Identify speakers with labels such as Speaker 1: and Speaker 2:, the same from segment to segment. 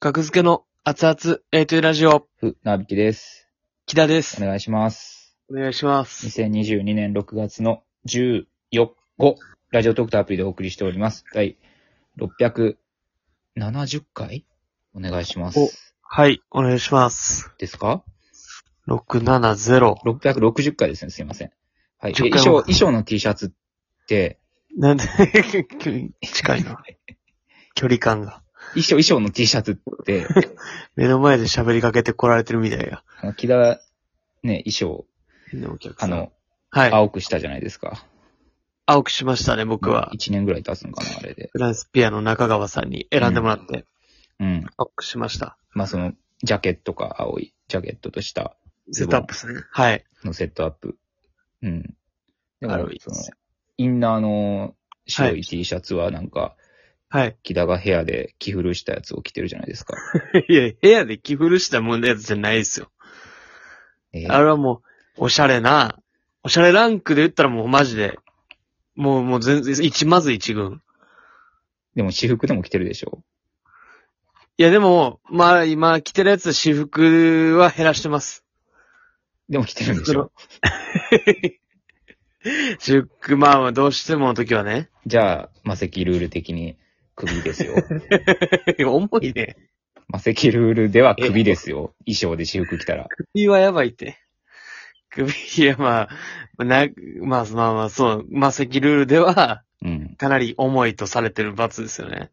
Speaker 1: 格付けの熱々、えーというラジオ、
Speaker 2: ふ、なびきです。
Speaker 1: 木田で
Speaker 2: お
Speaker 1: す。
Speaker 2: 願いします。
Speaker 1: お願いします。
Speaker 2: 2022年6月の14日、ラジオトークとアプリでお送りしております。第670回お願いしま
Speaker 1: お
Speaker 2: す。
Speaker 1: はい、お願いします。
Speaker 2: ですか
Speaker 1: 670。
Speaker 2: ?660 回ですね、すいません。はい。で
Speaker 1: 10
Speaker 2: 衣
Speaker 1: 回
Speaker 2: 装、
Speaker 1: も
Speaker 2: 衣装の T シャツって、
Speaker 1: なんで、 近いな。距離感が。
Speaker 2: 衣装、衣装の T シャツって、
Speaker 1: 目の前で喋りかけて来られてるみたいや。
Speaker 2: あの木田、ね、衣装、
Speaker 1: 変なお客
Speaker 2: あ
Speaker 1: さん。
Speaker 2: の、
Speaker 1: はい。
Speaker 2: 青くしたじゃないですか。
Speaker 1: 青くしましたね、僕は。
Speaker 2: 1年ぐらい経つのかな、あれで。
Speaker 1: フランスピアの中川さんに選んでもらって、
Speaker 2: うん。
Speaker 1: 青くしました。
Speaker 2: まあ、その、ジャケットか、青いジャケットとした、
Speaker 1: セットアップですね。はい。
Speaker 2: のセットアップ。うん。で
Speaker 1: あ
Speaker 2: も
Speaker 1: る、
Speaker 2: その、インナーの白い T シャツはなんか、
Speaker 1: はい。
Speaker 2: 木田が部屋で着古したやつを着てるじゃないですか。
Speaker 1: いや、部屋で着古したもんのやつじゃないですよ。
Speaker 2: えー
Speaker 1: あれはもう、おしゃれな、おしゃれランクで言ったらもうマジで、もうもう全然、一、まず一軍。
Speaker 2: でも私服でも着てるでしょ
Speaker 1: いやでも、まあ今着てるやつ私服は減らしてます。
Speaker 2: でも着てるん でしょ
Speaker 1: 私服、まあまあどうしてもの時はね。
Speaker 2: じゃあ、魔石ルール的に首です よ。
Speaker 1: 重いね。
Speaker 2: 魔石ルールでは首ですよ。衣装で私服着たら。
Speaker 1: 首はやばいって。首、いやまあ、な、まあまあまあそう、魔石ルールでは、
Speaker 2: うん。
Speaker 1: かなり重いとされてる罰ですよね。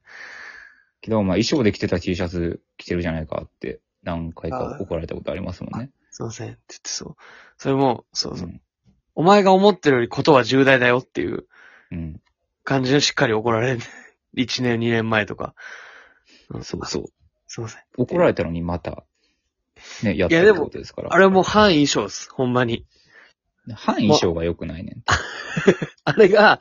Speaker 2: けど、まあ衣装で着てた T シャツ着てるじゃないかって、何回か怒られたことありますもんね。
Speaker 1: すいません。って言ってそう。それも、そう
Speaker 2: う
Speaker 1: そう。
Speaker 2: ん。
Speaker 1: お前が思ってるよりことは重大だよっていう。
Speaker 2: うん。
Speaker 1: 感じでしっかり怒られる。1年、2年前とか。うん
Speaker 2: そうそう。
Speaker 1: すいません。
Speaker 2: 怒られたのにまた、ね、や
Speaker 1: い
Speaker 2: って
Speaker 1: や
Speaker 2: る
Speaker 1: で
Speaker 2: っ
Speaker 1: も
Speaker 2: てことですから。
Speaker 1: あれもう範囲衣装です。ほんまに。
Speaker 2: 範囲衣装が良くないねん。
Speaker 1: あれが、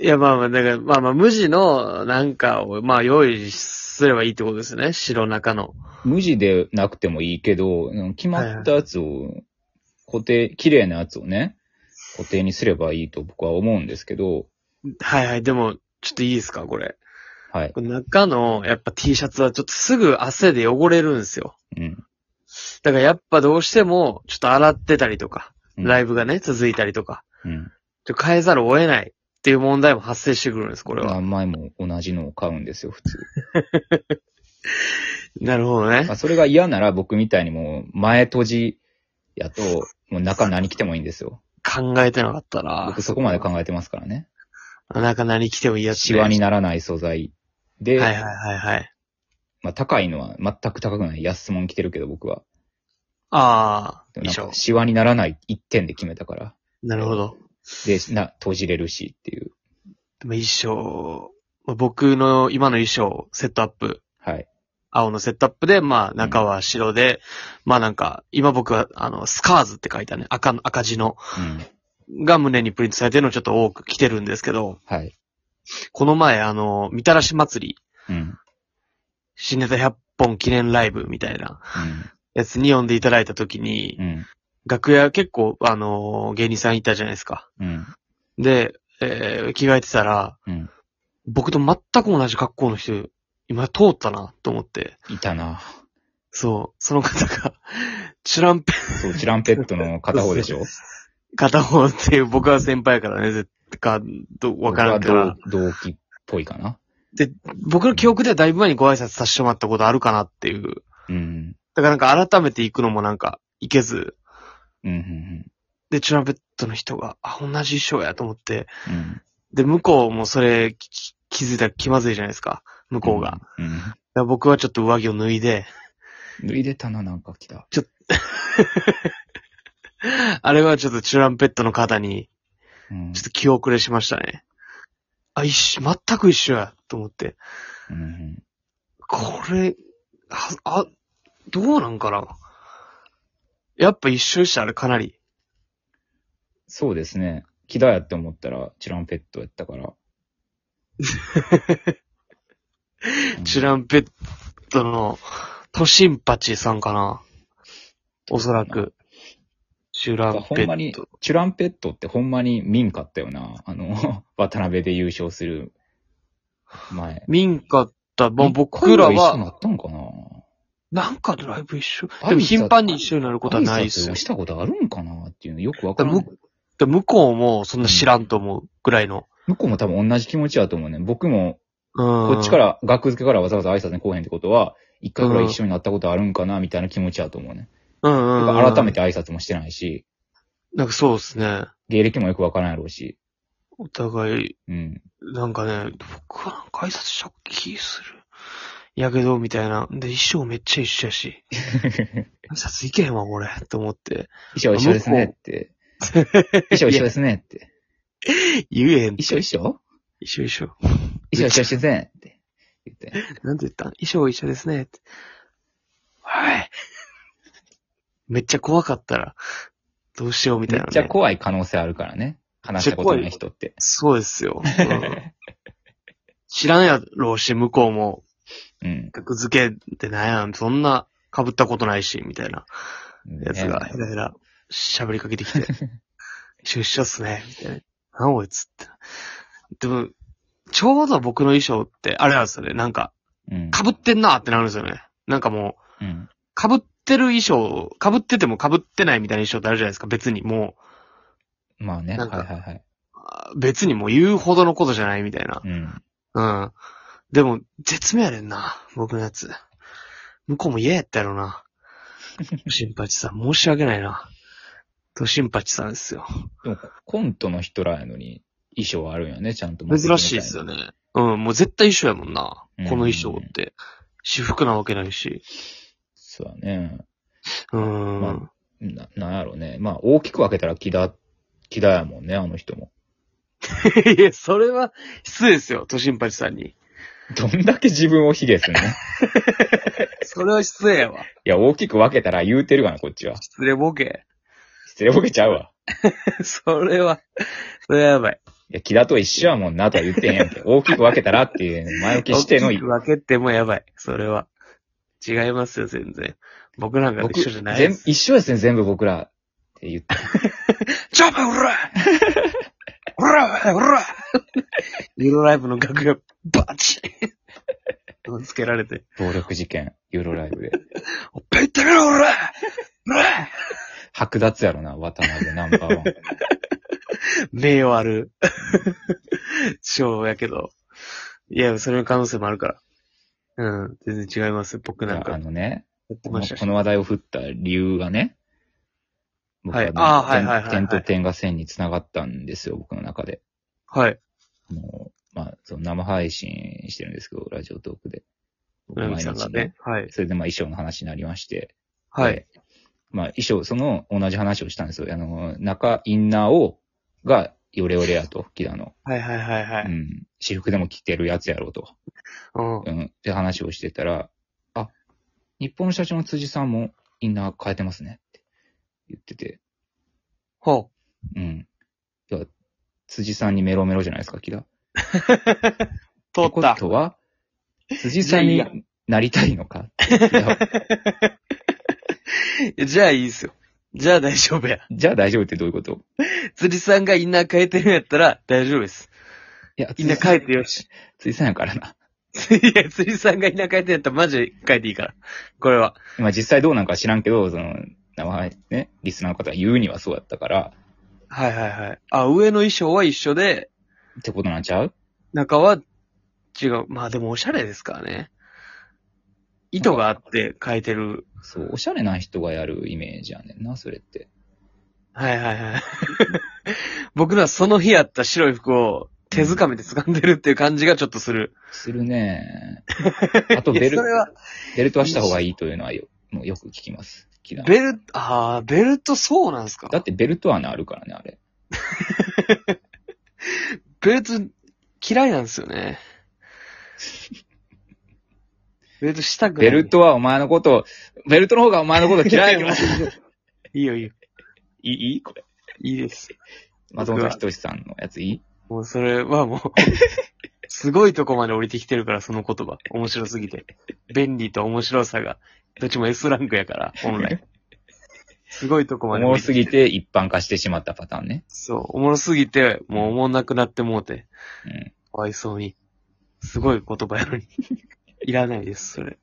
Speaker 1: いやまあまあ、だから、まあまあ、無地のなんかを、まあ用意すればいいってことですよね。白中の。
Speaker 2: 無地でなくてもいいけど、うん決まったやつを、固定、綺麗なやつをね、固定にすればいいと僕は思うんですけど、
Speaker 1: はいはい。でも、ちょっといいですか、これ。
Speaker 2: はい
Speaker 1: こ。れ中の、やっぱ T シャツはちょっとすぐ汗で汚れるんですよ。
Speaker 2: うん。
Speaker 1: だからやっぱどうしても、ちょっと洗ってたりとか、
Speaker 2: うん
Speaker 1: ライブがね、続いたりとか、
Speaker 2: うん。
Speaker 1: ちょっと変えざるを得ないっていう問題も発生してくるんです、これは。
Speaker 2: 何枚も同じのを買うんですよ、普通。
Speaker 1: なるほどね
Speaker 2: まあ、。それが嫌なら僕みたいにもう、前閉じやと、もう中何着てもいいんですよ。
Speaker 1: 考えてなかったな。
Speaker 2: 僕そこまで考えてますからね。
Speaker 1: なんか何着てもいいやつ、
Speaker 2: シワに
Speaker 1: な
Speaker 2: ならない素材
Speaker 1: は
Speaker 2: で、
Speaker 1: いはいはいはい。
Speaker 2: まあ高いのは全く高くない安物着てるけど僕は。
Speaker 1: ああ、
Speaker 2: でもなん
Speaker 1: 衣
Speaker 2: か
Speaker 1: 装。
Speaker 2: シワにならない一点で決めたから。
Speaker 1: なるほど。
Speaker 2: で、な、閉じれるしっていう。
Speaker 1: でも衣装、まあ僕の今の衣装、セットアップ、
Speaker 2: はい。
Speaker 1: 青のセットアップで、まあ中は白で、まあなんか、今僕は、あの、スカーズって書いたね、赤の、赤字の、
Speaker 2: うん。
Speaker 1: が胸にプリントされてるのをちょっと多く着てるんですけど、
Speaker 2: はい。
Speaker 1: この前、あの、みたらし祭り、
Speaker 2: うん。うん。
Speaker 1: 新ネタ100本記念ライブみたいなやつに呼んでいただいた時に、
Speaker 2: うん。
Speaker 1: 楽屋結構、あの、芸人さんいたじゃないですか。
Speaker 2: うん。
Speaker 1: で、えー着替えてたら、
Speaker 2: うん。
Speaker 1: 僕と全く同じ格好の人、今通ったな、と思って。
Speaker 2: いたな。
Speaker 1: そう、その方が、 チュランペ、
Speaker 2: そう、チランペットの片方でしょ
Speaker 1: 片方っていう僕は先輩やからね、絶対か、ど わからんけど
Speaker 2: 僕は。同同期っぽいかな。
Speaker 1: で、僕の記憶ではだいぶ前にご挨拶させてもらったことあるかなっていう。
Speaker 2: うん。
Speaker 1: だからなんか改めて行くのもなんか、行けず。
Speaker 2: うん。うん。
Speaker 1: で、チュランペットの人が、あ、同じ衣装やと思って。
Speaker 2: うんうん。
Speaker 1: で、向こうもそれ、きき気づいたら気まずいじゃないですか。向こうが。だか
Speaker 2: うん。
Speaker 1: ら僕はちょっと上着を脱いで、
Speaker 2: うん。脱いでたな、なんか来た。
Speaker 1: あれはちょっとチュランペットの方に、
Speaker 2: うん
Speaker 1: ちょっと気遅れしましたね。あ、一緒、全く一緒や、と思って。
Speaker 2: うん。
Speaker 1: これ、あ、あどうなんかなやっぱ一緒でした、あれかなり。
Speaker 2: そうですね。木田やって思ったら、チランペットやっ たから。うん
Speaker 1: チュランペットの、トシンパチさんかなおそらく。チュラン
Speaker 2: ほ
Speaker 1: ペ
Speaker 2: んまに
Speaker 1: ット。、
Speaker 2: チュランペットってほんまに民 家ったよな。あの、渡辺で優勝する前。
Speaker 1: 民家ださ、もう僕
Speaker 2: 一
Speaker 1: ら
Speaker 2: 回ぐ一緒に
Speaker 1: は、
Speaker 2: なったんかな
Speaker 1: なんかドライブ一緒
Speaker 2: 挨拶
Speaker 1: でも頻繁に一緒になることはないっ
Speaker 2: 挨
Speaker 1: す
Speaker 2: 拶
Speaker 1: よ
Speaker 2: を。したことあるんかなっていうのよくわから
Speaker 1: だ
Speaker 2: ん
Speaker 1: か。で向こうもそんな知らんと思うぐらいの。
Speaker 2: 向こうも多分同じ気持ちだと思うね。僕も、
Speaker 1: うん。。
Speaker 2: こっちからら、学付けからわざわざ挨拶に来おへんってことは、一回ぐらい一緒になったことあるんかなみたいな気持ちだと思うね。
Speaker 1: うん、
Speaker 2: だ
Speaker 1: う
Speaker 2: か
Speaker 1: ん。
Speaker 2: ら改め
Speaker 1: て。
Speaker 2: て挨拶もしてないし、
Speaker 1: なんかそうですね。
Speaker 2: 芸歴もよくわからんやろうし。
Speaker 1: お互い、
Speaker 2: うん。
Speaker 1: なんかね、僕はなんか挨拶した気する。やけど、みたいな。で、衣装めっちゃ一緒や し。挨拶いけへんわ、これ。と思って。
Speaker 2: 衣装一緒ですね って。衣装一緒ですねって。
Speaker 1: 言えへん。
Speaker 2: 衣装一緒
Speaker 1: 一緒一緒。
Speaker 2: 衣装一緒ですねって。言って。
Speaker 1: なんて言ったん衣装一緒ですね。ってはい。めっちゃ怖かったら、どうしようみたい
Speaker 2: め
Speaker 1: な、ね。
Speaker 2: っちゃ怖い可能性あるからね。話したことない 人って。
Speaker 1: そうですよ。うん知らんやろうし、向こうも、
Speaker 2: うん。
Speaker 1: 格付けってなんやん、そんな被ったことないし、みたいなやつが、
Speaker 2: ね
Speaker 1: ヘラヘラ喋りかけてきて、一緒一緒っすね、みたいな。なんこいつって。でも、ちょうど僕の衣装って、あれなんですよね、なんか、
Speaker 2: うん。
Speaker 1: 被ってんなってなるんですよね。なんかもう、
Speaker 2: うん。
Speaker 1: 被ってる衣装、被ってても被ってないみたいな衣装ってあるじゃないですか、別にも
Speaker 2: まあね。は
Speaker 1: ないんか
Speaker 2: はいはい。
Speaker 1: う、あ別にもう言うほどのことじゃないみたいな。
Speaker 2: うん。
Speaker 1: うん。でも、絶妙やねんな、僕のやつ。向こうも嫌やったやろ な。シンパチさん、申し訳ないな。とシンパチさんですよ。
Speaker 2: でも、コントの人らやのに衣装はあるんやね、ちゃんと。
Speaker 1: 珍しいですよ
Speaker 2: ね。
Speaker 1: ね。うん、もう絶対衣装やもんな。
Speaker 2: うん
Speaker 1: この衣装って。私服なわけないし。
Speaker 2: そうだね。
Speaker 1: うーん。
Speaker 2: まな、なんやろうね。まあ、大きく分けたら木田、木田やもんね、あの人も。
Speaker 1: いや、それは、失礼ですよ、とシンパチさんに。
Speaker 2: どんだけ自分を卑下 するのい
Speaker 1: それは失礼やわ。
Speaker 2: や、大きく分けたら言うてるわな、こっちは。
Speaker 1: 失礼ボケ。
Speaker 2: 失礼ボケちゃうわ。
Speaker 1: それは、それはやばい。
Speaker 2: いや、木田と一緒やもんなとは言ってへんやんけ。 大きく分けたらっていう、前置きしての
Speaker 1: 大き、く分けてもやばい。それは。違いますよ、全然。僕なんかと
Speaker 2: 僕、
Speaker 1: 一緒じゃないで
Speaker 2: 全
Speaker 1: す。
Speaker 2: 一緒ですね、全部僕ら。って言って。
Speaker 1: ジャブおらおらおらユーロライブの額がバチッつけられて。
Speaker 2: 暴力事件、 ユーロライブで。
Speaker 1: おっぱいってみろ、おらおら
Speaker 2: 剥奪やろな、渡辺ナンバーワン。
Speaker 1: 名誉ある。賞やけど。いや、それの可能性もあるから。うん、全然違いますよ。僕なん
Speaker 2: あ
Speaker 1: か。
Speaker 2: のね、
Speaker 1: やって
Speaker 2: こ
Speaker 1: ま
Speaker 2: の
Speaker 1: した
Speaker 2: この話題を振った理由がね、僕
Speaker 1: はいあーはいはいはい
Speaker 2: 点
Speaker 1: はい
Speaker 2: 点と点が線につながったんですよ、僕の中で。
Speaker 1: はい。
Speaker 2: あのまあ、その生配信してるんですけど、ラジオトークで。
Speaker 1: 村上さんがね。はい。
Speaker 2: それでまあ衣装の話になりまして。
Speaker 1: はい。
Speaker 2: で。まあ衣装、その同じ話をしたんですよ。あの、中、インナーを、が、ヨレヨレやと、キラの。
Speaker 1: はいはいはいうはい。
Speaker 2: ん。私服でも着てるやつやろうと。
Speaker 1: うん。
Speaker 2: うん。って話をしてたら、あ、日本の社長の辻さんもインナー変えてますねって言ってて。
Speaker 1: ほ
Speaker 2: うん。いや、辻さんにメロメロじゃないですか、キラ。
Speaker 1: う。通
Speaker 2: て
Speaker 1: った
Speaker 2: こ。とは、辻さん
Speaker 1: い
Speaker 2: に
Speaker 1: やい
Speaker 2: なりたいのかってキラは
Speaker 1: じゃあいいですよ。じゃあ大丈夫や。
Speaker 2: じゃあ大丈夫ってどういうこと
Speaker 1: 釣りさんがインナー変えてるんやったら大丈夫です。
Speaker 2: いや、
Speaker 1: インナー変えてよ し。
Speaker 2: 辻さんやからな。
Speaker 1: いや、釣りさんがインナー変えてるんやったらマジで変えていいから。これは。
Speaker 2: まあ実際どうなんか知らんけど、その、名前ね、リスナーの方が言うにはそうだったから、
Speaker 1: はいはいはい。あ、上の衣装は一緒で、
Speaker 2: ってことなんちゃう
Speaker 1: 中は違う。まあでもおしゃれですからね。糸があって変えてる。
Speaker 2: そう、おしゃれな人がやるイメージやねんな、それって。
Speaker 1: はいはいはい。 僕らその日やった白い服を手づかみで掴んでるっていう感じがちょっとする。
Speaker 2: するねあとベ
Speaker 1: いや
Speaker 2: ル
Speaker 1: それ、は
Speaker 2: ベルトはした方がいいというのはよもうよく聞きます。キラー
Speaker 1: ベルト、ああ、ベルトそうなんですか
Speaker 2: だってベルト穴あるからね、あれ。
Speaker 1: ベルト嫌いなんですよ ね。ベルトしたくない。
Speaker 2: ベルトはお前のこと、ベルトの方がお前のこと嫌いよ。
Speaker 1: いいよいいよ。
Speaker 2: いいいいこれ。
Speaker 1: いいです。
Speaker 2: 松本人志さんのやついい
Speaker 1: もうそれ はもう、すごいとこまで降りてきてるから、その言葉。面白すぎて。便利と面白さが、どっちも S ランクやから、本 来。すごいとこ
Speaker 2: お
Speaker 1: まで
Speaker 2: も
Speaker 1: 降
Speaker 2: ろ
Speaker 1: りて
Speaker 2: すぎて一般化してしまったパターンね。
Speaker 1: そう、おもろすぎて、もうおもんなくなってもうて。
Speaker 2: うん。
Speaker 1: かわいそうに。すごい言葉やのに。いらないです、それ。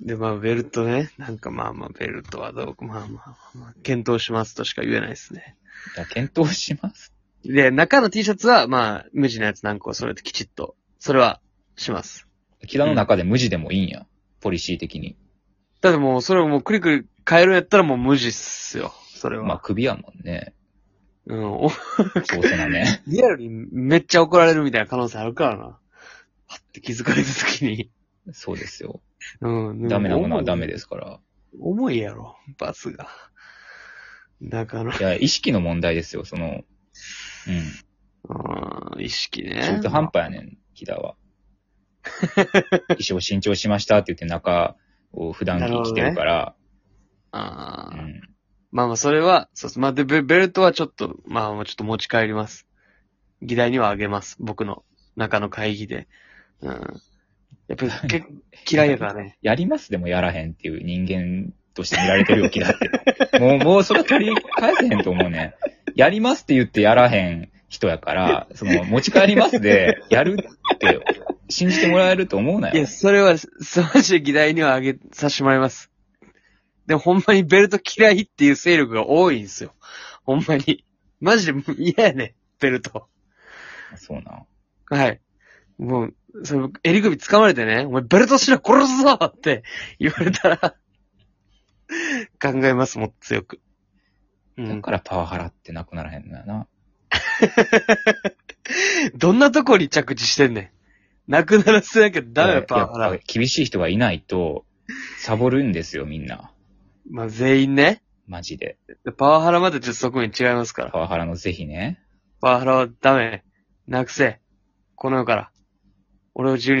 Speaker 1: で、まあ、ベルトね。なんかまあまあ、ベルトはどうか、まあまあまあまあ、検討しますとしか言えないですね。
Speaker 2: じゃあ検討します。
Speaker 1: で、中の T シャツは、まあ、無地のやつ何個揃えてきちっと、それは、します。
Speaker 2: キラの中で無地でもいいんや。ポリシー的に。
Speaker 1: だってもう、それをもうくりくり変えるんやったらもう無地っすよ。それは。
Speaker 2: まあ、首やもんね。
Speaker 1: うん。お
Speaker 2: そうせ なね。
Speaker 1: リアルにめっちゃ怒られるみたいな可能性あるからな。はって気づかれた時に。
Speaker 2: そうですよ。
Speaker 1: うん。
Speaker 2: ダメなものはダメ
Speaker 1: す
Speaker 2: ですから。
Speaker 1: 重いやろ、罰が。だから、
Speaker 2: いや、意識の問題ですよ、その。うん。
Speaker 1: うん意識ね。
Speaker 2: 中途半端やねん、キラ は。衣装新調しましたって言って中を普段着着てるから。
Speaker 1: あ
Speaker 2: う
Speaker 1: ー
Speaker 2: ん。
Speaker 1: まあまあ、それは、そうそう。まあ、で、ベベルトはちょっと、まあ、もうちょっと持ち帰ります。議題にはあげます。僕の中の会議で。うん。やっぱり、 結構嫌いやからね。
Speaker 2: やりますでもやらへんっていう人間として見られてるよ、キラって。 もう、もうそれ取り返せへんと思うねん。やりますって言ってやらへん人やから、その、持ち帰りますで、やるって、信じてもらえると思うないよ
Speaker 1: や、。それは、すすまじい議題にはあげさせてもらいます。でも、ほんまにベルト嫌いっていう勢力が多いんですよ。ほんまに。マジで嫌やねん、ベルト。
Speaker 2: そうな。
Speaker 1: はい。もう、その、襟首掴まれてね、お前ベルトしろ殺すぞって言われたら、考えます、もっと強く。う
Speaker 2: だ
Speaker 1: ん。
Speaker 2: からパワハラってなくならへんのやな。
Speaker 1: どんなとこに着地してんねん。なくならせなきゃダメ
Speaker 2: や
Speaker 1: よ、
Speaker 2: っ
Speaker 1: パワハ
Speaker 2: ぱ
Speaker 1: ラ。
Speaker 2: 厳しい人がいないと、サボるんですよ、みんな。
Speaker 1: まあ、全員ね。
Speaker 2: マジで。
Speaker 1: パワハラまでちょっと側面違いますから。
Speaker 2: パワハラの是非ね。
Speaker 1: パワハラはダメ。なくせ。この世から。俺を自由にし